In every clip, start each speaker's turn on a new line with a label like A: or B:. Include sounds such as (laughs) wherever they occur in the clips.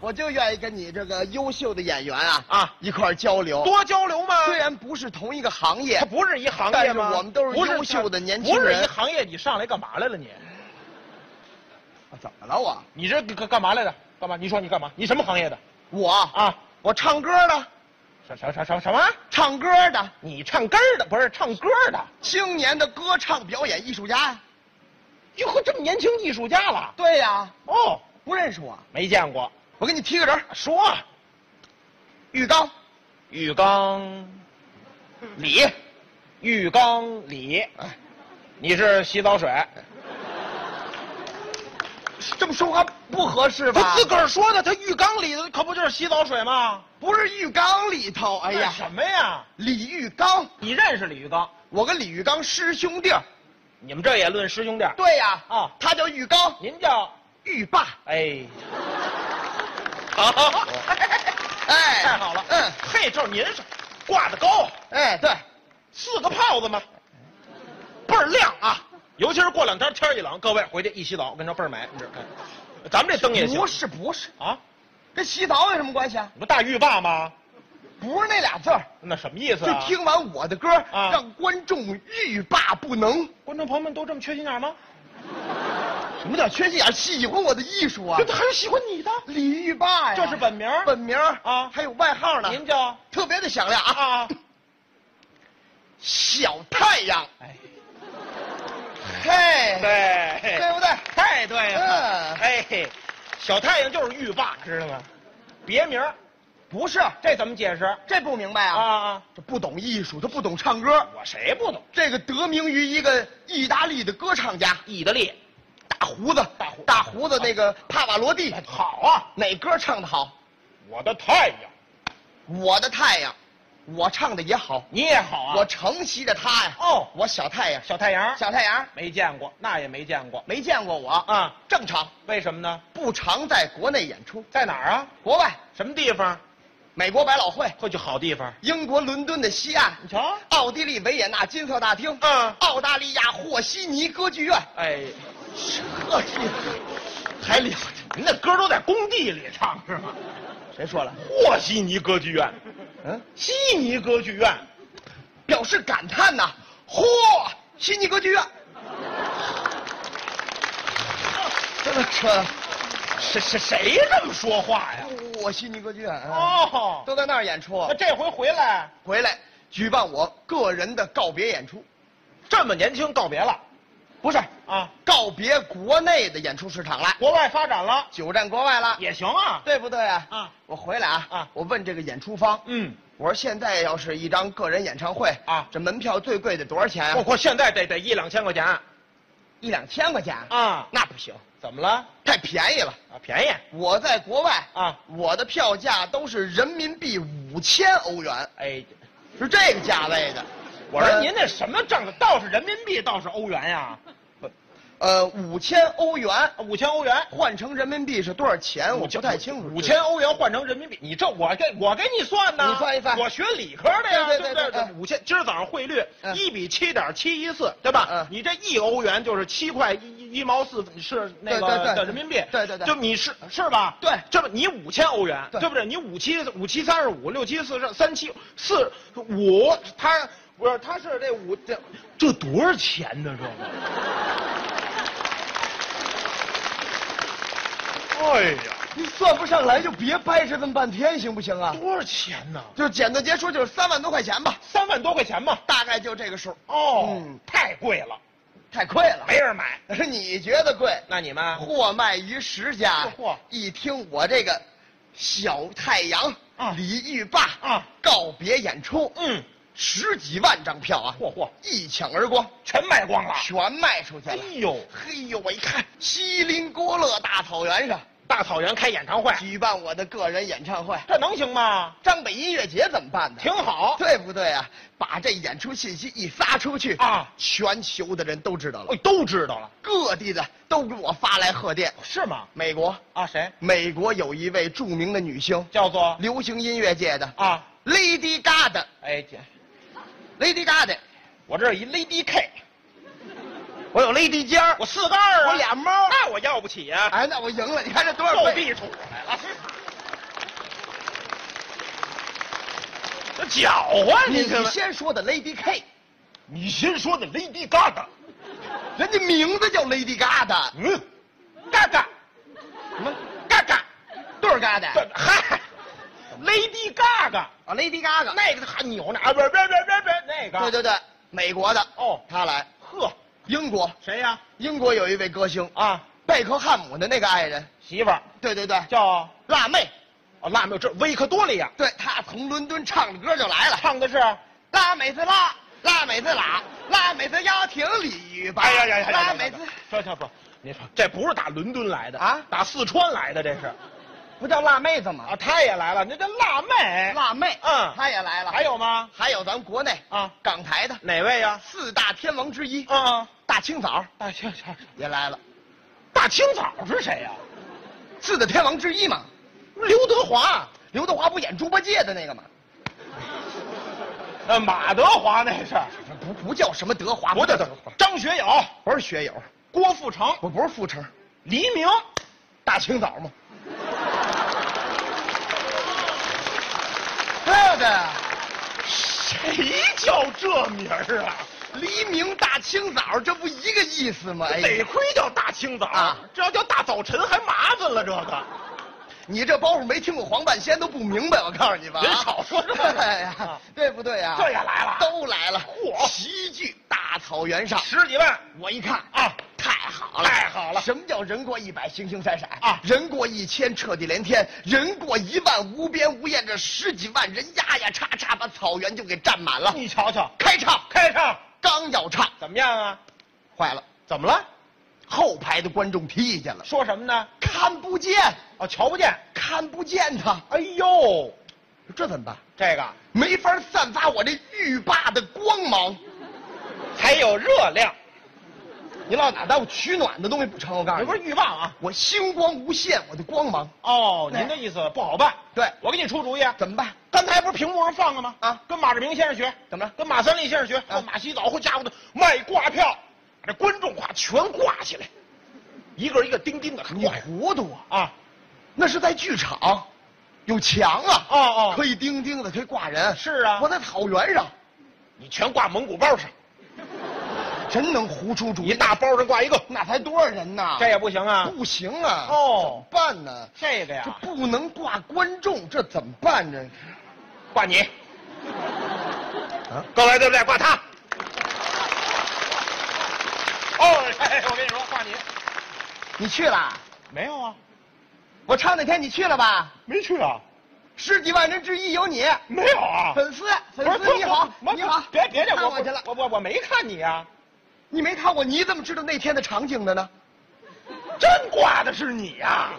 A: 我就愿意跟你这个优秀的演员啊
B: 啊
A: 一块儿交流。
B: 多交流嘛。
A: 虽然不是同一个行业
B: 它，不是一行
A: 但
B: 业
A: 是
B: 吗？
A: 我们都是
B: 不
A: 优秀的年轻
B: 不是
A: 人
B: 一行业，你上来干嘛来了你？
A: 啊怎么了我？
B: 你这干干嘛来的？干嘛？你说你干嘛？你什么行业的？
A: 我
B: 啊，
A: 我唱歌的，
B: 什什什什什么？
A: 唱歌的，
B: 你唱歌的不是唱歌的？
A: 青年的歌唱表演艺术家呀。
B: 哟呵，这么年轻艺术家了？
A: 对呀、
B: 哦，
A: 不认识我，
B: 没见过。
A: 我给你提个人儿，
B: 说啊，
A: 浴缸，
B: 浴缸
A: 嗯
B: 里，浴缸里，
A: 哎，
B: 你是洗澡水，
A: 这么说话不合适吧？
B: 他自个儿说的，他浴缸里的可不就是洗澡水吗？
A: 不是浴缸里头，哎
B: 那
A: 呀，
B: 什么呀？
A: 李玉刚，
B: 你认识李浴缸？
A: 我跟李玉刚师兄弟儿。
B: 你们这也论师兄弟儿？
A: 对呀、
B: 啊
A: 他叫玉刚，
B: 您叫
A: 玉霸。
B: 哎，好，
A: 哎，
B: 太好了，
A: 嗯，
B: 嘿，这您是挂的高啊，
A: 哎，对，
B: 四个泡子嘛，倍儿亮啊！尤其是过两天天一冷，各位回去一洗澡，我跟你说倍儿美。你知道哎咱们这灯也行
A: 不是不是，
B: 啊？
A: 跟洗澡有什么关系啊？
B: 你不大浴霸吗？
A: 不是那俩字儿，
B: 那什么意思
A: 就
B: 啊？
A: 听完我的歌，
B: 啊
A: 让观众欲罢不能。
B: 观众朋友们都这么缺心眼吗？
A: 什么叫缺心眼儿？喜欢我的艺术啊
B: 这！还有喜欢你的，
A: 李玉霸呀，
B: 这是本名儿
A: 本名儿
B: 啊
A: 还有外号呢。
B: 您叫
A: 特别的响亮啊！
B: 啊？
A: 小太阳，
B: 哎，
A: 嘿，
B: 对
A: 对不对？
B: 太对了
A: 嗯，
B: 哎，小太阳就是浴霸，知道吗？别名儿，
A: 不是，
B: 这怎么解释？
A: 这不明白啊！
B: 啊，
A: 这不懂艺术，他不懂唱歌。
B: 我谁不懂？
A: 这个得名于一个意大利的歌唱家，
B: 意大利，
A: 大胡子，
B: 大胡
A: 大胡子那个帕瓦罗蒂，
B: 好啊！
A: 哪歌唱的好？
B: 我的太阳，
A: 我的太阳，我唱的也好，
B: 你也好啊！
A: 我承袭着他呀。
B: 哦
A: 我小太阳，
B: 小太阳
A: 小太阳
B: 没见过，那也没见过
A: 没见过我啊，
B: 啊？
A: 正常
B: 为什么呢？
A: 不常在国内演出，
B: 在哪儿啊？
A: 国外
B: 什么地方？
A: 美国百老汇，
B: 会去好地方？
A: 英国伦敦的西岸，
B: 你瞧，
A: 奥地利维也纳金色大厅，
B: 嗯
A: 澳大利亚和稀泥歌剧院，
B: 哎，
A: 这还了得？
B: 您那歌都在工地里唱是吗？
A: 谁说了？
B: 和稀泥歌剧院，
A: 嗯，
B: 悉尼歌剧院，
A: 表示感叹呐、嚯，悉尼歌
B: (laughs)
A: 剧院，这这
B: 谁谁谁这么说话呀？
A: 我悉尼歌剧院啊，
B: 哦，
A: 都在那儿演出
B: 那，这回回来
A: 回来举办我个人的告别演出，
B: 这么年轻告别了
A: 不是
B: 啊？
A: 告别国内的演出市场了，
B: 国外发展了
A: 久战国外了，
B: 也行啊？
A: 对不对啊？
B: 啊，
A: 我回来啊，
B: 啊
A: 我问这个演出方，
B: 嗯，
A: 我说现在要是一张个人演唱会
B: 啊
A: 这门票最贵得多少钱
B: 包
A: 啊？
B: 括现在得得一两千块钱
A: 一两千块钱啊？
B: 啊？
A: 那不行，
B: 怎么了？
A: 太便宜了。
B: 啊，便宜
A: 我在国外
B: 啊？
A: 我的票价都是人民币五千欧元，
B: 哎，
A: 是这个价位的。
B: 我说您那什么挣的，倒是人民币，倒是欧元呀？啊
A: 呃，五千欧元
B: 五千欧元，
A: 换成人民币是多少钱？哎我不太清楚。
B: 五千欧元换成人民币，你这我给我给你算呢，
A: 你算一算
B: 我学理科的呀，
A: 对
B: 不
A: 对对
B: 对？
A: 对
B: 这
A: 嗯
B: 五千，今儿早上汇率
A: 嗯
B: 一比七点七一四，对吧
A: 嗯？
B: 你这一欧元就是七块一一毛四，是那
A: 对对
B: 个
A: 对
B: 的人民币，
A: 对对对
B: 就你是是吧？
A: 对
B: 这不你五千欧元，
A: 对
B: 对不对？你五七五七三十五，六七四十三七四五，他不是他是这五这这多少钱呢？这个。 (laughs) 哎呀！
A: 你算不上来就别掰扯这么半天，行不行啊？
B: 多少钱呢？
A: 就简单结说，就是三万多块钱吧，
B: 三万多块钱吧。
A: 大概就这个数，
B: 哦，
A: 嗯
B: 太贵了，
A: 太亏了。 (laughs)
B: 没人买。
A: 你觉得贵？
B: 那你们
A: 货卖于十家。
B: 嚯
A: 一听我这个小太阳
B: 啊
A: 李玉霸
B: 啊
A: 告别演出，
B: 嗯，
A: 十几万张票啊，
B: 嚯嚯，
A: 一抢而光，
B: 全卖光了。
A: 全卖出去
B: 哎
A: 了。
B: 呦，
A: 嘿呦，我一看，锡林郭勒大草原上
B: 大草原开演唱会，
A: 举办我的个人演唱会，
B: 这能行吗？
A: 张北音乐节怎么办呢？
B: 挺好。
A: (laughs) 对不对啊？把这演出信息一发出去
B: 啊
A: 全球的人都知道了
B: 哎，，都知道了，
A: 各地的都给我发来贺电。
B: 是吗？
A: 美国，
B: 啊，谁？
A: 美国有一位著名的女星，
B: 叫做
A: 流行音乐界的
B: 啊？
A: Lady Gaga，Lady
B: 哎姐，
A: Gaga，
B: 我这儿一 Lady K，
A: 我有 Lady 尖儿，
B: 我四个二啊，
A: 我俩猫啊
B: 那我要不起呀、
A: 哎，那我赢了，你看这多少
B: 够
A: 倍？
B: 地主来了。这搅和
A: 啊你
B: 你这是
A: 先说的 Lady K，
B: 你先说的 Lady Gaga，
A: 人家名字叫 Lady Gaga，
B: 嗯，Gaga，什么 Gaga？
A: 对儿 Gaga
B: 这嗨，Lady Gaga，
A: 啊，Lady Gaga，
B: 那个还扭呢啊！不是，别别别别，那个
A: 对对对，美国的
B: 哦
A: 他来，
B: 呵，
A: 英国，
B: 谁呀？
A: 英国有一位歌星啊，
B: 啊，
A: 贝克汉姆的那个爱人，
B: 媳妇儿
A: 对对对，
B: 叫
A: 辣妹，
B: 哦，辣妹，这维克多利亚
A: 对她从伦敦唱着歌就来了，
B: 唱的是，哎
A: 辣妹子辣，辣妹子辣，辣妹子腰挺里吧，
B: 哎呀呀呀，
A: 辣妹子，
B: 说说说，您说这不是打伦敦来的
A: 啊
B: 打四川来的这是
A: 不叫辣妹子
B: 啊，
A: 吗？
B: 她也来了，那叫辣妹，
A: 辣妹，
B: 嗯
A: 她也来了，
B: 还有吗？
A: 还有咱们国内
B: 啊，
A: 港台的
B: 哪位呀？
A: 四大天王之一
B: 啊，
A: 大清早
B: 大清早，
A: 也来了，
B: 大清早是谁呀？
A: 四大天王之一嘛，
B: 刘德华，
A: 刘德华不演猪八戒的那个吗？
B: 呃，马德华那是，
A: 不不叫什么德华，
B: 不对对，张学友，
A: 不是学友，
B: 郭富城，
A: 我不是傅成，
B: 黎明，
A: 大清早嘛。对的，
B: 谁叫这名儿啊？
A: 黎明大清早，这不一个意思吗？哎
B: 得
A: 呀，
B: 亏叫大清早
A: 啊
B: 这要叫大早晨还麻烦了这个。
A: 你这包袱没听过黄半仙都不明白，我告诉你吧。啊
B: 人少说这个
A: 哎呀
B: 啊，
A: 对不对呀？
B: 这也来了
A: 都来了。
B: 嚯
A: 齐聚大草原上，
B: 十几万，
A: 我一看
B: 啊
A: 太好了，
B: 太好了
A: 什么叫人过一百，星星闪闪
B: 啊
A: 人过一千，彻底连天；人过一万，无边无厌。这十几万人呀呀叉叉，把草原就给占满了。
B: 你瞧瞧，
A: 开唱，
B: 开唱
A: 刚要唱，
B: 怎么样啊？
A: 坏了，
B: 怎么了？
A: 后排的观众踢见了，
B: 说什么呢？
A: 看不见，
B: 哦，瞧不见。
A: 看不见他，
B: 哎呦，
A: 这怎么办？
B: 这个
A: 没法散发我这浴霸的光芒。
B: 还有热量，
A: 你老哪当我取暖的东西不成？我告诉
B: 这
A: 你，
B: 不是欲望啊？
A: 我星光无限，我的光芒
B: 哦，您的意思不好办。
A: 对
B: 我给你出主意啊。
A: 怎么办？
B: 刚才不是屏幕上放了吗？
A: 啊
B: 跟马志明先生学。
A: 怎么了
B: 跟马三立先生学。还有马洗澡，好家伙的，卖挂票，把这观众挂全挂起来，一个一个钉钉的
A: 你
B: 挂上
A: 糊涂啊！
B: 啊。
A: 那是在剧场，有墙啊，
B: 哦哦
A: 可以钉钉子，可以挂人。
B: 是啊
A: 我在草原上，
B: 你全挂蒙古包上，
A: 真能胡出主
B: 一
A: 意，
B: 大包上挂一个，
A: 那才多少人呐？
B: 这也不行啊。
A: 不行啊！
B: 哦
A: 怎么办呢？
B: 这啊个
A: 这
B: 呀，
A: 不能挂观众，这怎么办呢？
B: 挂你，
A: 啊，
B: 各位对不对？挂他。哦，嘿嘿我跟你说，挂你
A: 你去了？
B: 没有啊？
A: 我唱那天你去了吧？
B: 没去啊？
A: 十几万人之一有你，
B: 没有啊？
A: 粉丝粉
B: 不是
A: 丝你好
B: 不是
A: 你好，
B: 别别这
A: 看
B: 我
A: 我去了，
B: 我我我没看你啊，
A: 你没看我，你怎么知道那天的场景的呢？
B: 真挂的是你呀、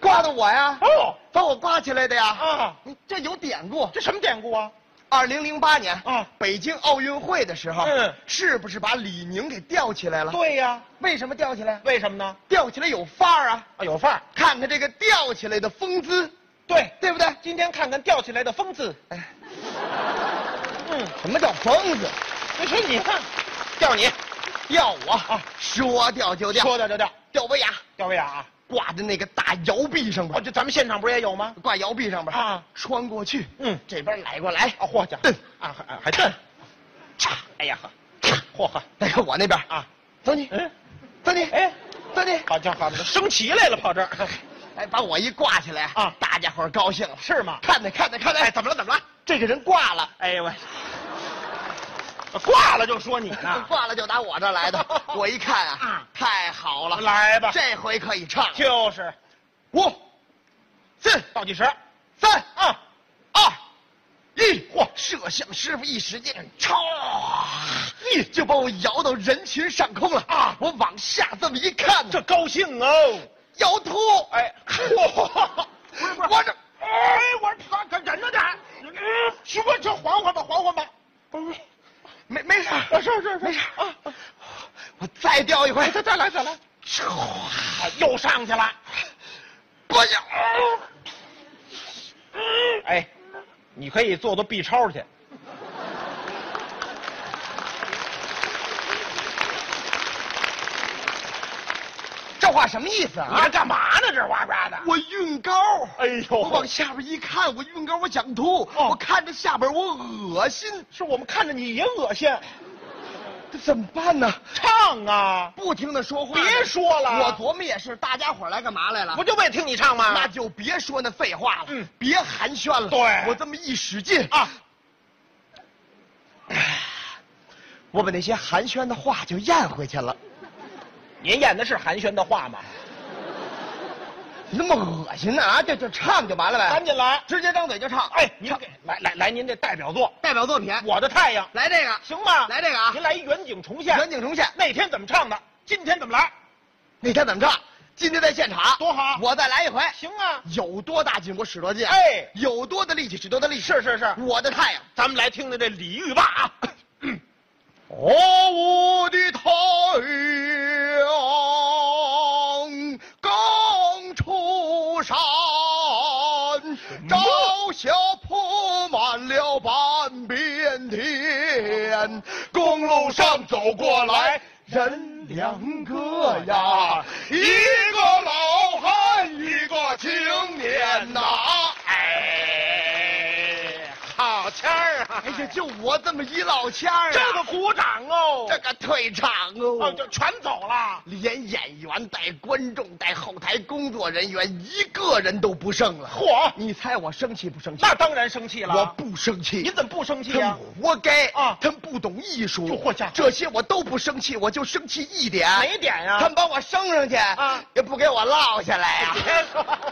A: 挂的我呀，
B: 哦
A: 把我挂起来的呀。
B: 啊，
A: 你这有典故，
B: 这什么典故啊？
A: 二零零八年
B: 啊
A: 北京奥运会的时候，
B: 嗯
A: 是不是把李宁给吊起来了？，
B: 对呀、
A: 为什么吊起来？
B: 为什么呢？
A: 吊起来有范儿啊！
B: 啊，有范儿。
A: 看看这个吊起来的风姿，
B: 对，
A: 对不对？
B: 今天看看吊起来的风姿。
A: 哎，
B: 嗯，
A: 什么叫疯子？
B: 这是你看，吊你，
A: 吊我
B: 啊
A: 说吊就吊，
B: 说吊就吊，
A: 吊威亚
B: 吊威亚啊。
A: 挂在那个大摇臂上边
B: 哦，
A: 儿，
B: 这咱们现场不是也有吗？
A: 挂摇臂上边儿
B: 啊
A: 穿过去，
B: 嗯
A: 这边来过来，嗯
B: 啊，嚯家伙
A: 蹬，
B: 啊，还还蹬，
A: 嚓，
B: 哎呀呵，嚯呵，
A: 再看我那边啊，
B: 啊，
A: 走你，
B: 嗯，
A: 走你，
B: 哎，
A: 走你，
B: 好家伙，升旗来了，跑
A: (laughs)
B: 这儿，
A: 哎，把我一挂起来
B: 啊
A: 大家伙儿高兴了，
B: 是吗？
A: 看着看着看着，
B: 哎，怎么了？怎么了？
A: 这个人挂了。
B: 哎呀喂，挂了就说你呢，
A: (laughs) 挂了就打我这儿来的，
B: (laughs)
A: 我一看啊
B: 啊，
A: 太好了，
B: 来吧，
A: 这回可以唱了。
B: 就是
A: 五、四、
B: 倒计时，
A: 三、
B: 啊，
A: 二、一，嚯！摄像师傅一使劲，唰，就把我摇到人群上空了啊！我往下这么一看，
B: 这高兴哦，
A: 摇头，
B: 哎，嚯，
A: 不是不是 (laughs) 我这
B: 哎，我操，可忍着点儿，师傅，这缓缓吧，缓缓吧，嗯啊不是，
A: 没没事儿，
B: 啊是是是
A: 没事儿
B: 啊
A: 啊！我再掉一回，
B: 哎再再来再来，
A: 唰，
B: 啊，又上去了。
A: 不行，
B: 哎，你可以做做 B 超去。
A: 这话什么意思
B: 你
A: 啊？
B: 这干嘛呢？这哇呱的，
A: 我晕高，
B: 哎呦
A: 我往下边一看，我晕高，我想吐，
B: 哦
A: 我看着下边我恶心，
B: 是我们看着你也恶心，
A: 这怎么办呢？
B: 唱啊！
A: 不听他说话呢，
B: 别说了
A: 我琢磨也是，大家伙儿来干嘛来了？
B: 不就为听你唱吗？
A: 啊那就别说那废话了，
B: 嗯
A: 别寒暄了。
B: 对
A: 我这么一使劲
B: 啊，
A: 我把那些寒暄的话就咽回去了。
B: 您演的是寒暄的话吗？
A: 那么恶心呢啊？就就唱就完了呗，
B: 赶紧来！
A: 直接张嘴就唱。
B: 哎，您
A: 唱
B: 给来来来，您这代表作
A: 代表作品，
B: 《我的太阳
A: 来这个》，
B: 行吗？
A: 哎来这个啊
B: 您来一远景重现。
A: 远景重现。
B: 那天怎么唱的？今天怎么来？
A: 那天怎么唱？今天在现场
B: 多好
A: 我再来一回。
B: 行啊，
A: 有多大劲我使多劲，
B: 哎
A: 有多大力气使多大力气。
B: 是是是
A: 我的太阳。
B: 咱们来听听这李玉吧啊！
A: 哦，我的太阳刚出山，朝霞铺满了半边天。公路上走过来人两个呀，一个老汉，一个青年呐、哎，
B: 好签儿啊！
A: 哎呀，就我这么一老腔儿、啊，
B: 这个鼓掌哦，
A: 这个退场
B: 哦
A: 哦，
B: 就全走了。
A: 连演员带观众带后台工作人员一个人都不剩了。
B: 嚯
A: 你猜我生气不生气？
B: 那当然生气了。
A: 我不生气。
B: 您怎么不生气
A: 他们
B: 呀？
A: 活该
B: 啊
A: 他们不懂艺术。
B: 哟嚯家伙
A: 这些我都不生气，我就生气一点。
B: 哪一点呀
A: 他们把我升上去，
B: 啊
A: 也不给我落下来呀、
B: 别说了